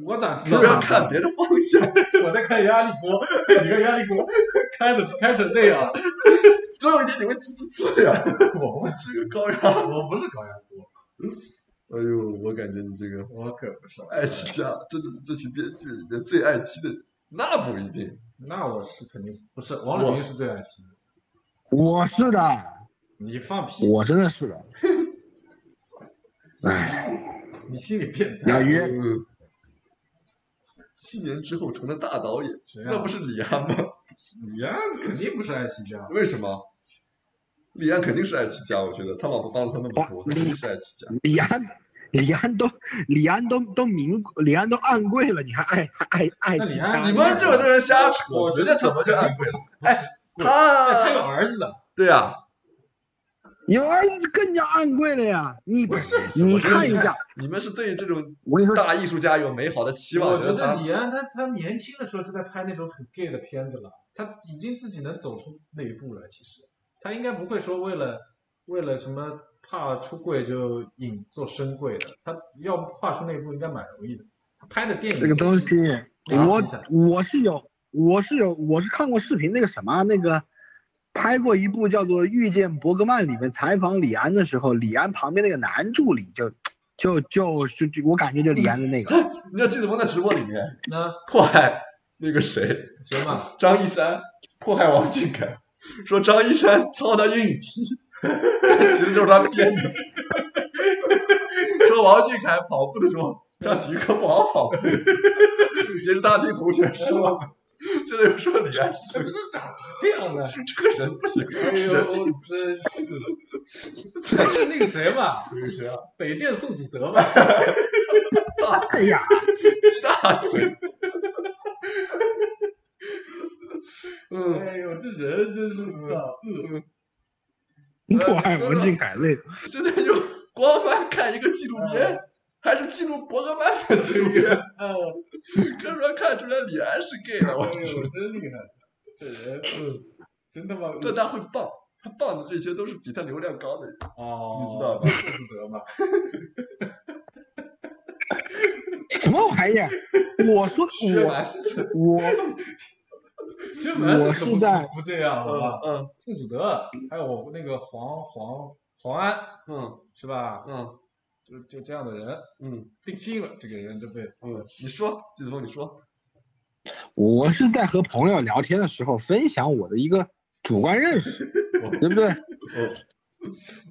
Speaker 4: 我咋知
Speaker 3: 你
Speaker 1: 啊
Speaker 4: 道
Speaker 3: 不要
Speaker 4: 呢？
Speaker 3: 看别的方向，
Speaker 4: 我在看压力锅， 你看压力锅开着开成这样，
Speaker 3: 总有一天你会呲呲呲呀，
Speaker 4: 我不
Speaker 3: 这个高压。
Speaker 4: 我不是高压锅，
Speaker 3: 哎呦，我感觉你这个
Speaker 4: 我可不是。
Speaker 3: 爱妻家真的是这群编剧里面最爱妻的人，那不一定。
Speaker 4: 那我是肯定是不是王者明是最爱惜的，
Speaker 1: 我是的，
Speaker 4: 你放屁，
Speaker 1: 我真的是的。哎，
Speaker 4: 你心里变态。
Speaker 1: 老于，
Speaker 3: 嗯，七年之后成了大导演，
Speaker 4: 谁啊？
Speaker 3: 那不是李安吗？
Speaker 4: 你呀、肯定不是爱惜家。
Speaker 3: 为什么？李安肯定是爱妻家，我觉得他老婆帮了他那么多，
Speaker 1: 哇
Speaker 3: 肯定是爱妻家。
Speaker 1: 李安，李安都李安都都明李安都暗跪了，你还爱还爱爱
Speaker 4: 那啊
Speaker 1: 其
Speaker 4: 李
Speaker 1: 他
Speaker 4: 安？
Speaker 3: 你们这种人瞎扯
Speaker 4: 我，
Speaker 3: 人家怎么就安慰了？
Speaker 4: 不是哎，他有
Speaker 3: 他
Speaker 4: 儿子的，
Speaker 3: 对啊呀，
Speaker 1: 有儿子更加暗跪了呀！你
Speaker 4: 不是
Speaker 1: 你看一下，
Speaker 3: 你们是对这种
Speaker 1: 我跟你说，
Speaker 3: 大艺术家有美好的期
Speaker 4: 我
Speaker 3: 望，
Speaker 4: 觉
Speaker 3: 觉得
Speaker 4: 得
Speaker 3: 他
Speaker 4: 李安他他年轻的时候就在拍那种很 gay 的片子了，他已经自己能走出那一步了。其实他应该不会说为了为了什么怕出柜就隐做深柜的，他要跨出那一步应该蛮容易的。他拍的电影
Speaker 1: 这个东西，哎
Speaker 4: 啊
Speaker 1: 我
Speaker 4: 你想
Speaker 1: 我是有，我是有，我是看过视频那个什么啊那个，拍过一部叫做《遇见伯格曼》里面采访李安的时候，李安旁边那个男助理就就就就就我感觉就李安的那个，
Speaker 3: 你要记得我在直播里面
Speaker 4: 那
Speaker 3: 迫害那个谁
Speaker 4: 行 吧，
Speaker 3: 张一山，迫害王俊凯，说张一山抄他运踢， 其实就是他编的。 说王俊凯跑步的时候像体育课不好好跑步， 也是他听同学说。现在又说李安
Speaker 4: 这
Speaker 3: 是
Speaker 4: 不是咋这样的？
Speaker 3: 这个人不行，
Speaker 4: 哎
Speaker 3: 人
Speaker 4: 呦，真是！还是那个谁吧，
Speaker 3: 这个谁啊？
Speaker 4: 北电宋祖德吧，
Speaker 1: 哎呀，
Speaker 3: 大嘴。嗯，
Speaker 4: 哎呦，这人真是嗯操，
Speaker 1: 我爱王俊凯累。
Speaker 3: 现在就光翻看一个纪录片，还是记录伯格曼的纪录片，
Speaker 4: 哎呦
Speaker 3: 哥们儿看出来李安是 gay 了，我
Speaker 4: 哎呦，真厉害，这人嗯真他妈
Speaker 3: 但他会棒，他棒的这些都是比他流量高的人。
Speaker 4: 哦，
Speaker 3: 你知道吧
Speaker 4: 宋祖德嘛？
Speaker 1: 什么玩意儿？我说
Speaker 3: 薛
Speaker 1: 我
Speaker 3: 蛮，
Speaker 1: 我
Speaker 4: 这门
Speaker 1: 我是
Speaker 4: 可不
Speaker 1: 在
Speaker 4: 不这样好吧？
Speaker 3: 嗯
Speaker 4: 宋祖德，还有我那个黄黄黄安
Speaker 3: 嗯
Speaker 4: 是吧？
Speaker 3: 嗯
Speaker 4: 就就这样的人
Speaker 3: 嗯
Speaker 4: 定性了，这个人这辈子。
Speaker 3: 嗯，你说，季子峰，你说，
Speaker 1: 我是在和朋友聊天的时候分享我的一个主观认识，对不对？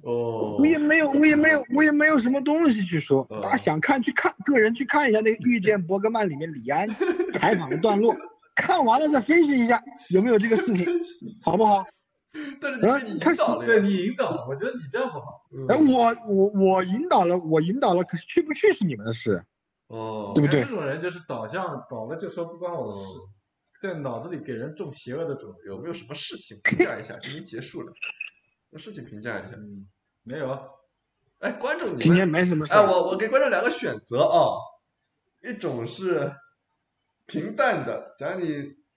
Speaker 3: 哦
Speaker 1: 我，也没有，我也没有，我也没有什么东西去说
Speaker 3: 嗯。
Speaker 1: 大家想看去看，个人去看一下那个《遇见伯格曼》里面李 安采访的段落，看完了再分析一下有没有这个 事情，好不好？
Speaker 3: 但是你哦被你引导了
Speaker 4: 对
Speaker 3: 呀，
Speaker 4: 你引导了，我觉得你这样不好。
Speaker 3: 嗯
Speaker 1: 哎，我我我引导了，我引导了，可是去不去是你们的事。
Speaker 3: 哦
Speaker 1: 对，不对
Speaker 4: 这种人就是导向倒了就说不关我的事，
Speaker 3: 嗯
Speaker 4: 在脑子里给人种邪恶的种子。
Speaker 3: 有没有什么事情评价一下？今天结束了，有事情评价一下。
Speaker 4: 嗯，没有啊，
Speaker 3: 哎，观众，你
Speaker 1: 今
Speaker 3: 们
Speaker 1: 天没什么事
Speaker 3: 哎，
Speaker 1: 儿，
Speaker 3: 我我给观众两个选择啊、一种是平淡的讲你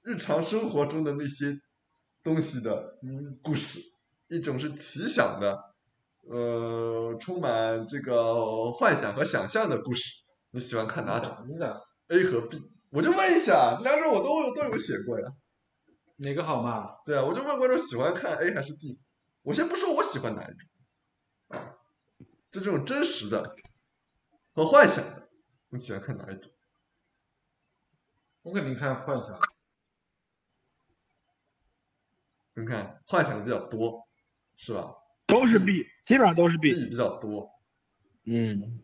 Speaker 3: 日常生活中的那些东西的
Speaker 4: 嗯，
Speaker 3: 故事，一种是奇想的，呃，充满这个幻想和想象的故事。你喜欢看哪种
Speaker 4: 你咋
Speaker 3: ？A 和 B，我就问一下，这两种我都都有写过呀。
Speaker 4: 哪个好嘛？
Speaker 3: 对啊，我就问观众喜欢看 A 还是 B。我先不说我喜欢哪一种，啊，就这种真实的和幻想的，你喜欢看哪一种？
Speaker 4: 我肯定看幻想，
Speaker 3: 你看幻想的比较多，是吧
Speaker 1: 都是 B，基本上都是
Speaker 3: ？B
Speaker 1: B。
Speaker 3: 比较多。
Speaker 1: 嗯，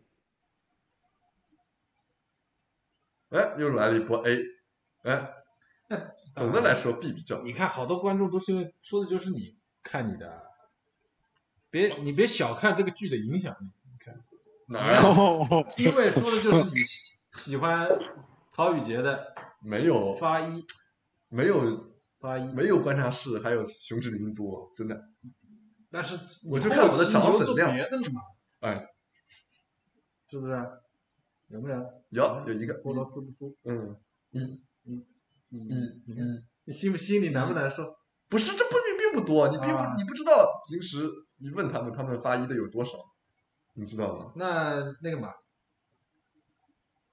Speaker 3: 哎，又来了一波 A，哎，总的来说 B 比较多。
Speaker 4: 你看好多观众都是因为说的就是你看你的，别你别小看这个剧的影响力，
Speaker 3: 哪儿啊？
Speaker 1: 哦，
Speaker 4: 因为说的就是你喜欢曹宇杰的
Speaker 3: 没有，
Speaker 4: 发一
Speaker 3: 没有，
Speaker 4: 发一，
Speaker 3: 没有观察室，还有熊志明多，真的。
Speaker 4: 但是
Speaker 3: 我就看我的
Speaker 4: 后期你又
Speaker 3: 涨粉
Speaker 4: 做
Speaker 3: 量
Speaker 4: 别的了嘛，
Speaker 3: 哎，
Speaker 4: 是不是？有没有？
Speaker 3: 有有一个，
Speaker 4: 俄罗斯不输
Speaker 3: 嗯，一
Speaker 4: 你
Speaker 3: 一
Speaker 4: 你看
Speaker 3: 一，
Speaker 4: 你心不心里难不难受？
Speaker 3: 不是这不并并不多，你并不、
Speaker 4: 啊
Speaker 3: 你不知道，平时你问他们，他们发一的有多少，你知道吗？
Speaker 4: 那那个嘛，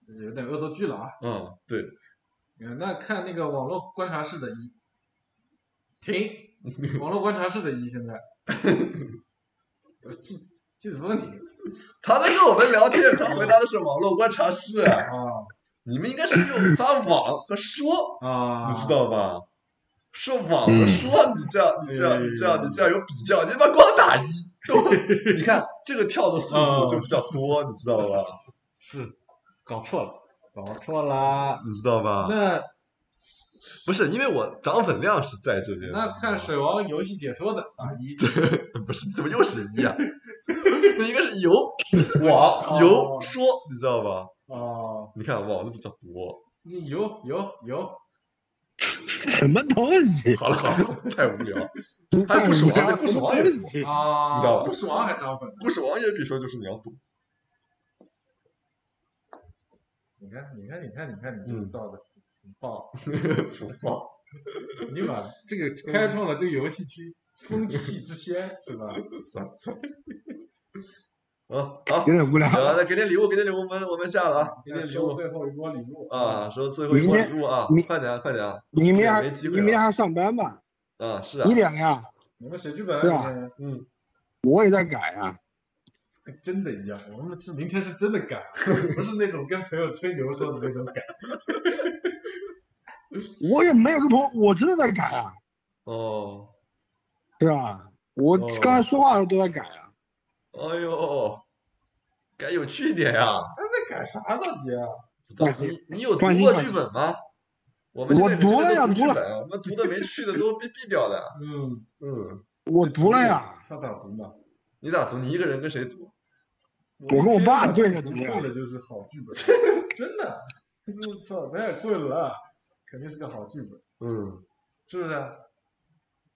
Speaker 4: 有点恶作剧了啊。
Speaker 3: 嗯，对，
Speaker 4: 嗯那看那个网络观察室的一，停，网络观察室的一 现在，呃季季子峰你
Speaker 3: 他在跟我们聊天，他回答的是网络观察室，
Speaker 4: 啊
Speaker 3: 你们应该是用发网和说。
Speaker 4: 啊，
Speaker 3: 你知道吧？说网和说，你这样，你这样，你这样，你这样有比较，你他妈光打一都，你看这个跳的速度就比较多，你知道吧？
Speaker 4: 嗯是搞错了，搞错啦。
Speaker 3: 你知道吧？
Speaker 4: 那
Speaker 3: 不是，因为我涨粉量是在这边。啊
Speaker 4: 那看水王游戏解说的打一，
Speaker 3: 不是，怎么又是一啊？ 应该是游
Speaker 1: 哦
Speaker 3: 网游说，你知道吧？
Speaker 4: 哦，
Speaker 3: 你看网的比较多。
Speaker 4: 你有有有，
Speaker 1: 什么东西？
Speaker 3: 好了好了，太无聊。
Speaker 1: 太
Speaker 3: 不
Speaker 1: 无
Speaker 3: 爽
Speaker 1: 聊
Speaker 3: 了
Speaker 1: 了，
Speaker 3: 不哎爽
Speaker 1: 什么东西
Speaker 4: 啊，
Speaker 3: 你知道吧
Speaker 4: 不爽还涨粉，
Speaker 3: 故事王也比说就是你要 多。
Speaker 4: 你看你看你看你看你这个
Speaker 3: 嗯
Speaker 4: 造的，很棒，
Speaker 3: 不放
Speaker 4: 你 把这个开创了这个游戏区风气之先是吧？
Speaker 3: 啊，好
Speaker 1: 有，点无聊。
Speaker 3: 好那给点礼物，给点礼物，我们我们下了啊，给
Speaker 4: 再
Speaker 3: 点礼
Speaker 4: 收
Speaker 3: 物。
Speaker 4: 最后一波礼物
Speaker 3: 啊，说最后一波
Speaker 1: 明
Speaker 3: 礼物啊
Speaker 1: 明，
Speaker 3: 快点啊，快点啊！
Speaker 1: 你明天还
Speaker 3: 没机
Speaker 1: 你
Speaker 3: 会了
Speaker 1: 明天还上班吧？
Speaker 3: 啊，是啊
Speaker 1: 你，两个呀，
Speaker 4: 你们写剧本
Speaker 1: 是啊
Speaker 4: 明天
Speaker 3: 嗯，
Speaker 1: 我也在改啊。
Speaker 4: 跟真的一样，我们是明天是真的改，啊不是那种跟朋友吹牛说的那种改。
Speaker 1: 我也没有跟朋友，我真的在改啊，
Speaker 3: 哦，
Speaker 1: 是吧？我
Speaker 3: 哦
Speaker 1: 刚才说话的时候都在改啊。
Speaker 3: 哎呦，该有趣一点呀！
Speaker 4: 他在改啥呢，姐？啊
Speaker 1: 放心
Speaker 3: 你你有读
Speaker 1: 放心
Speaker 3: 过
Speaker 1: 放
Speaker 3: 剧
Speaker 1: 心
Speaker 3: 本吗？我们
Speaker 1: 我
Speaker 3: 现在
Speaker 1: 读了呀
Speaker 3: 真的
Speaker 1: 读了
Speaker 3: 剧本我们读的没趣的都被毙掉的。
Speaker 4: 嗯，
Speaker 3: 嗯，
Speaker 1: 我啊读了呀，
Speaker 4: 他咋读呢？
Speaker 3: 你咋读？你一个人跟谁读？
Speaker 1: 我跟我爸对着
Speaker 4: 读
Speaker 1: 读
Speaker 4: 会
Speaker 1: 呀
Speaker 4: 了就是好剧 本，真的。我操，咱也会了，啊肯定是个好剧本，
Speaker 3: 嗯，
Speaker 4: 是不是？啊， 啊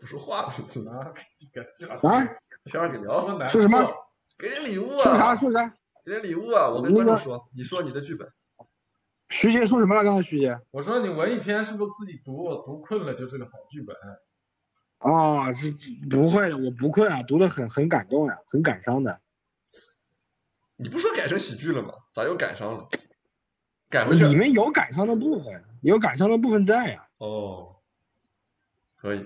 Speaker 3: 不说话了，
Speaker 4: 这个这个
Speaker 1: 啊，
Speaker 3: 天儿给聊死了，
Speaker 1: 说什么？
Speaker 3: 给点礼物
Speaker 1: 说啥
Speaker 3: 啊，
Speaker 1: 说啥？
Speaker 3: 给点礼物啊！我跟
Speaker 1: 那
Speaker 3: 观
Speaker 1: 个
Speaker 3: 众说，你说你的剧本，
Speaker 1: 徐杰说什么了？刚才徐杰
Speaker 4: 我说你文艺片是不是自己读？我读困了就是个好剧本。
Speaker 1: 啊，是不会的，我不困啊，读的很很感动呀、很感伤的。
Speaker 3: 你不说改成喜剧了吗？咋又改上了？改回
Speaker 1: 里
Speaker 3: 去。
Speaker 1: 面有感伤的部分，有感伤的部分在呀、
Speaker 3: 哦，可以，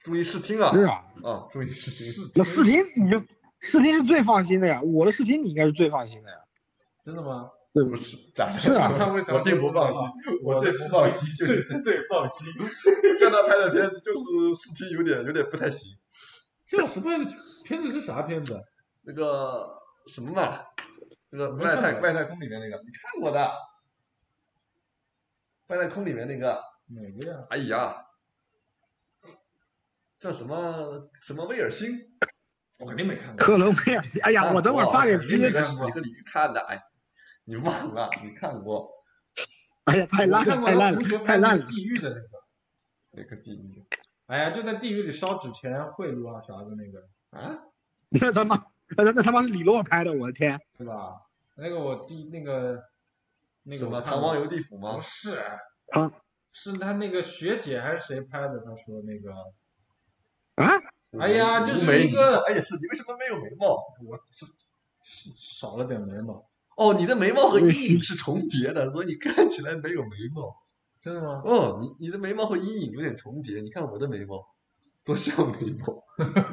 Speaker 3: 注意视听啊
Speaker 1: 是啊。
Speaker 3: 啊，注意视听。
Speaker 1: 那视频你就视频是最放心的呀，我的视频你应该是最放心的呀。
Speaker 4: 真的吗？
Speaker 3: 不是，咋
Speaker 1: 是啊
Speaker 4: 他为啥
Speaker 3: 我并不放心，我最不放心就
Speaker 4: 最
Speaker 3: 是
Speaker 4: 最放心，
Speaker 3: 看他拍的片子，就是视听有点有点不太行。
Speaker 4: 这什么片子是啥片子？啊
Speaker 3: 那个什么嘛，那个
Speaker 4: 没
Speaker 3: 外
Speaker 4: 看
Speaker 3: 太
Speaker 4: 过
Speaker 3: 外太空里面那个，你看过的？外太空里面那个，
Speaker 4: 哪个呀？
Speaker 3: 哎呀，叫什么什么威尔星？
Speaker 4: 我肯定没看过。
Speaker 1: 克伦威尔西，哎呀，我等会儿发给
Speaker 3: 你。
Speaker 1: 徐
Speaker 3: 你
Speaker 1: 姐
Speaker 3: 个。你个你看的，哎，你忘了？你看过
Speaker 1: 哎呀，太烂
Speaker 4: 我看
Speaker 1: 了，
Speaker 4: 过
Speaker 1: 太
Speaker 4: 他
Speaker 1: 烂
Speaker 4: 同学
Speaker 1: 了，
Speaker 4: 拍
Speaker 1: 太
Speaker 4: 那
Speaker 1: 烂
Speaker 4: 个
Speaker 1: 了。
Speaker 4: 地狱的那个，
Speaker 3: 哪个地狱
Speaker 4: 哎呀，就在地狱里烧纸钱贿赂啊啥的那个，
Speaker 3: 啊？
Speaker 1: 那他妈，那那他妈是李洛拍的，我的天！
Speaker 4: 对吧？那个我第那个那
Speaker 3: 什
Speaker 4: 个
Speaker 3: 么
Speaker 4: 我
Speaker 3: 《
Speaker 4: 看
Speaker 3: 唐
Speaker 4: 过
Speaker 3: 王游地府》
Speaker 4: 不
Speaker 3: 吗？
Speaker 4: 是，
Speaker 1: 啊
Speaker 4: 是他那个学姐还是谁拍的？他说那个，
Speaker 1: 啊，
Speaker 4: 哎呀就是
Speaker 3: 无眉
Speaker 4: 一个
Speaker 3: 你哎呀，是你为什么没有眉毛？
Speaker 4: 我这少了点眉毛，
Speaker 3: 哦，你的眉毛和阴影是重叠的，所以你看起来没有眉毛。
Speaker 4: 真的吗？
Speaker 3: 哦，你你的眉毛和阴影有点重叠，你看我的眉毛，多像眉毛。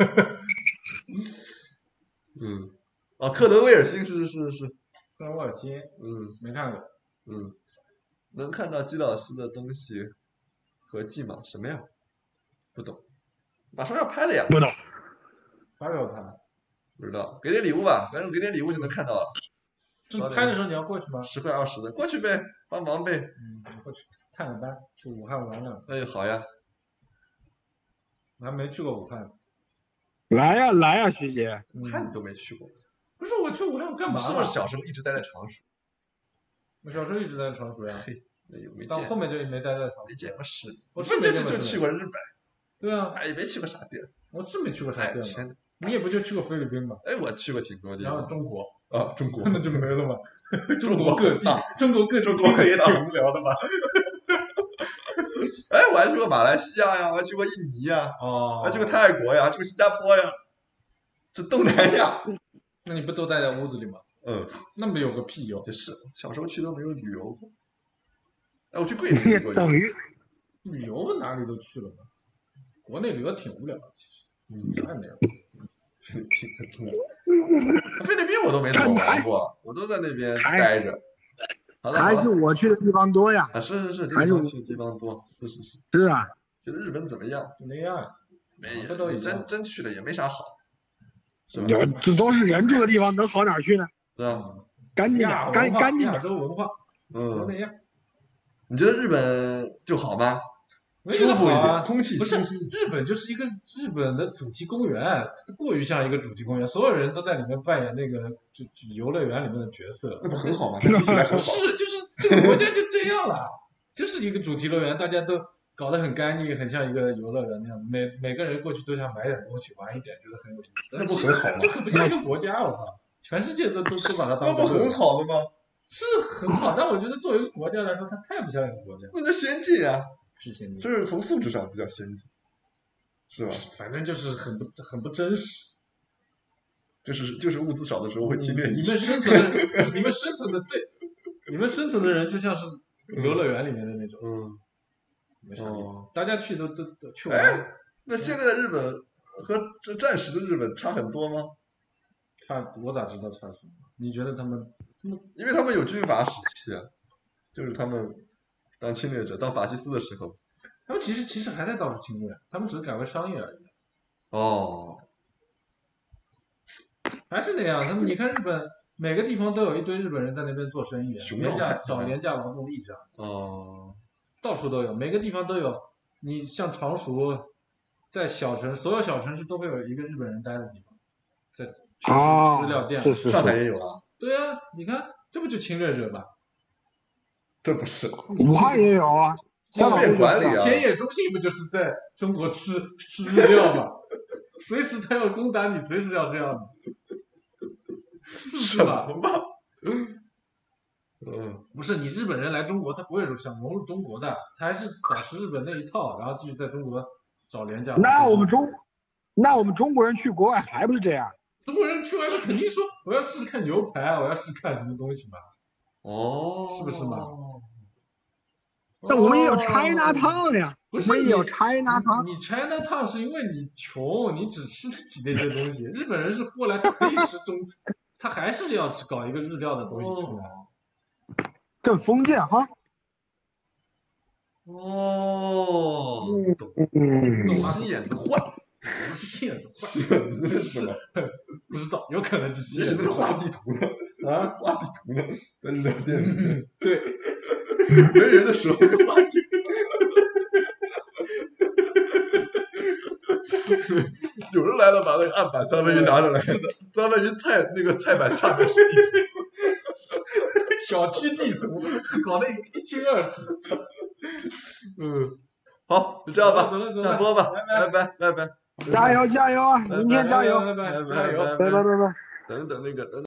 Speaker 3: 嗯，啊，克伦威尔星是是是，
Speaker 4: 但我恶心，
Speaker 3: 嗯
Speaker 4: 没看过。
Speaker 3: 嗯，能看到姬老师的东西合计吗？什么呀？不懂，马上要拍了呀，
Speaker 1: 不懂。
Speaker 4: 发给我看。
Speaker 3: 不知道，给点礼物吧，反正给点礼物就能看到了，
Speaker 4: 是
Speaker 3: 稍等
Speaker 4: 拍的时候你要过去吗？
Speaker 3: 十块二十的，过去呗，帮忙呗。
Speaker 4: 嗯，我过去探个班，去武汉玩了，
Speaker 3: 哎，好呀，
Speaker 4: 我还没去过武汉。
Speaker 1: 来呀，来呀，徐姐，
Speaker 4: 嗯
Speaker 3: 武汉你都没去过，
Speaker 4: 不是我去武汉干
Speaker 3: 你
Speaker 4: 嘛
Speaker 3: 是
Speaker 4: 了？
Speaker 3: 不是小时候一直待在常熟？
Speaker 4: 我小时候一直在常熟呀，
Speaker 3: 嘿，那有没
Speaker 4: 到
Speaker 3: 见
Speaker 4: 后面就没待在常
Speaker 3: 没
Speaker 4: 熟
Speaker 3: 见。过世面，
Speaker 4: 我
Speaker 3: 不
Speaker 4: 是没
Speaker 3: 这
Speaker 4: 见
Speaker 3: 这
Speaker 4: 过
Speaker 3: 就
Speaker 4: 世
Speaker 3: 去
Speaker 4: 面
Speaker 3: 过日本，
Speaker 4: 对啊，
Speaker 3: 哎，也没去过啥地儿。
Speaker 4: 我是没去过
Speaker 3: 哎
Speaker 4: 啥，地方，
Speaker 3: 天哪！
Speaker 4: 你也不就去过菲律宾嘛，
Speaker 3: 哎，我去过挺多地
Speaker 4: 然后
Speaker 3: 方
Speaker 4: 中国，
Speaker 3: 啊，中国
Speaker 4: 那就没了嘛。中
Speaker 3: 中
Speaker 4: 国
Speaker 3: 国
Speaker 4: 各
Speaker 3: 很
Speaker 4: 地
Speaker 3: 大。，
Speaker 4: 中国各地
Speaker 3: 中国
Speaker 4: 听着也
Speaker 3: 很大
Speaker 4: 挺无聊 的嘛。
Speaker 3: 哎，我还去过马来西亚呀，我还去过印尼呀，
Speaker 4: 哦
Speaker 3: 我还去过啊泰国呀，去过新加坡呀，这东南亚。
Speaker 4: 那你不都待在屋子里吗？
Speaker 3: 嗯，
Speaker 4: 那么有个屁用！
Speaker 3: 也是，小时候去都没有旅游过。哎，我 去桂林
Speaker 1: 你
Speaker 3: 旅过一
Speaker 1: 等
Speaker 3: 次，
Speaker 1: 于
Speaker 4: 旅游哪里都去了嘛，国内旅游挺无聊的，其
Speaker 3: 嗯
Speaker 4: 实啥也没有。
Speaker 3: 菲律宾，菲律宾我都没怎么玩过，我都在那边
Speaker 1: 还
Speaker 3: 待着。好了好
Speaker 1: 还是
Speaker 3: 了
Speaker 1: 我去的地方多呀。
Speaker 3: 啊，是是是，这
Speaker 1: 还
Speaker 3: 地
Speaker 1: 是
Speaker 3: 方
Speaker 1: 我
Speaker 3: 去的地方多，是是是。
Speaker 1: 是啊，
Speaker 3: 觉得日本怎么样？
Speaker 4: 就那样，
Speaker 3: 没
Speaker 4: 不都
Speaker 3: 有，
Speaker 4: 一
Speaker 3: 你真
Speaker 4: 样
Speaker 3: 真去了也没啥好，是吧？
Speaker 1: 有这都是人住的地方，能好哪儿去呢？
Speaker 3: 对啊，
Speaker 1: 赶紧
Speaker 4: 亚
Speaker 1: 点，赶
Speaker 4: 文化，
Speaker 1: 赶紧
Speaker 4: 亚
Speaker 1: 点，
Speaker 4: 洲文化都
Speaker 3: 嗯
Speaker 4: 那，样。
Speaker 3: 你觉得日本就好吗？
Speaker 4: 我觉
Speaker 3: 舒
Speaker 4: 得
Speaker 3: 服
Speaker 4: 好
Speaker 3: 一
Speaker 4: 啊
Speaker 3: 点，，空气
Speaker 4: 不是
Speaker 3: 清新。
Speaker 4: 日本就是一个日本的主题公园，过于像一个主题公园，所有人都在里面扮演那个就就游乐园里面的角色
Speaker 3: 那。不很好吗？看起来 很好。
Speaker 4: 是，就是这 个国家就这样了，就是一个主题乐园，大家都搞得很干净，很像一个游乐园那样。每每个人过去都想买点东西玩一点，觉得很有意思。
Speaker 3: 那不很好吗
Speaker 4: 就很不啊像一个国家，我操！全世界都都都把它
Speaker 3: 那
Speaker 4: 当
Speaker 3: 不
Speaker 4: 做
Speaker 3: 很好的吗？
Speaker 4: 是很好，但我觉得作为一个国家来说，它太不像一个国家。
Speaker 3: 那叫先进啊，
Speaker 4: 是先进，
Speaker 3: 就是从素质上比较先进，是吧？
Speaker 4: 反正就是很不很不真实。
Speaker 3: 就是就是物资少的时候会侵略
Speaker 4: 嗯你
Speaker 3: 你。
Speaker 4: 们生存的，你们生存的对，你们生存的人就像是游乐园里面的那种，
Speaker 3: 嗯，
Speaker 4: 没啥意思
Speaker 3: 哦。
Speaker 4: 大家去都都都去
Speaker 3: 哎
Speaker 4: 玩，
Speaker 3: 那现在的日本和这战时的日本差很多吗？
Speaker 4: 差我咋知道差什么？你觉得他们
Speaker 3: 因为他们有军阀时期啊，就是他们当侵略者、当法西斯的时候。
Speaker 4: 他们其实其实还在到处侵略，他们只是改为商业而已，
Speaker 3: 哦，
Speaker 4: 还是那样。他们你看日本每个地方都有一堆日本人在那边做生意，
Speaker 3: 熊
Speaker 4: 廉
Speaker 3: 掌
Speaker 4: 价
Speaker 3: 太
Speaker 4: 找
Speaker 3: 多
Speaker 4: 廉价劳动力这样，
Speaker 3: 哦，
Speaker 4: 到处都有，每个地方都有。你像常熟，在小城，所有小城市都会有一个日本人待的地方，在
Speaker 1: 哦
Speaker 4: 资料店。
Speaker 1: 是是
Speaker 3: 上海
Speaker 1: 是，
Speaker 3: 也有啊，
Speaker 4: 对啊，你看这不就侵略者吧？
Speaker 3: 这不是
Speaker 1: 武汉也有啊，香港也有
Speaker 3: 管理
Speaker 1: 啊
Speaker 3: 啊，
Speaker 4: 田野中信不就是在中国吃吃日料吗？随时他要攻打你，随时要这样你，是不是吧？
Speaker 3: 么吧？嗯，
Speaker 4: 不是你日本人来中国，他不会想融入中国的，他还是保持日本那一套，然后继续在中国找廉价。
Speaker 1: 那我们中，那我们中国人去国外还不是这样？
Speaker 4: 啊中国人去外面肯定说我要试试看牛排，我要试试看什么东西嘛，
Speaker 3: 哦，
Speaker 4: 是不是嘛
Speaker 3: 哦？
Speaker 1: 但我们也有 China Town 呀，
Speaker 4: 不
Speaker 1: 我
Speaker 4: 是
Speaker 1: 们也有
Speaker 4: 你
Speaker 1: China Town。
Speaker 4: 你 China Town 是因为你穷，你只吃得起那些东西。日本人是过来，他可以吃中餐，他还是要吃搞一个日料的东西出来。
Speaker 1: 更封建哈。
Speaker 3: 哦，懂
Speaker 1: 嗯
Speaker 3: 懂西眼子坏，
Speaker 4: 不是信子坏，
Speaker 3: 是吧？
Speaker 4: 不知道，有可能就是
Speaker 3: 你是不是画地图 呢？
Speaker 4: 啊。
Speaker 3: 画地图呢？在聊天里面，
Speaker 4: 对，
Speaker 3: 没人的时候就画地图。 有人来了，把那个案板三文鱼拿着来。是的，三文鱼菜那个菜板下面是地图。
Speaker 4: 小区地 图搞得一清二楚。
Speaker 3: 嗯，好，就这样吧
Speaker 4: 走了走，了
Speaker 3: 下播吧，
Speaker 4: 拜
Speaker 3: 拜拜拜拜，
Speaker 1: 加油加油啊！明天加油！
Speaker 4: 拜拜，加油！
Speaker 1: 拜拜拜拜。
Speaker 3: 等等那个等等。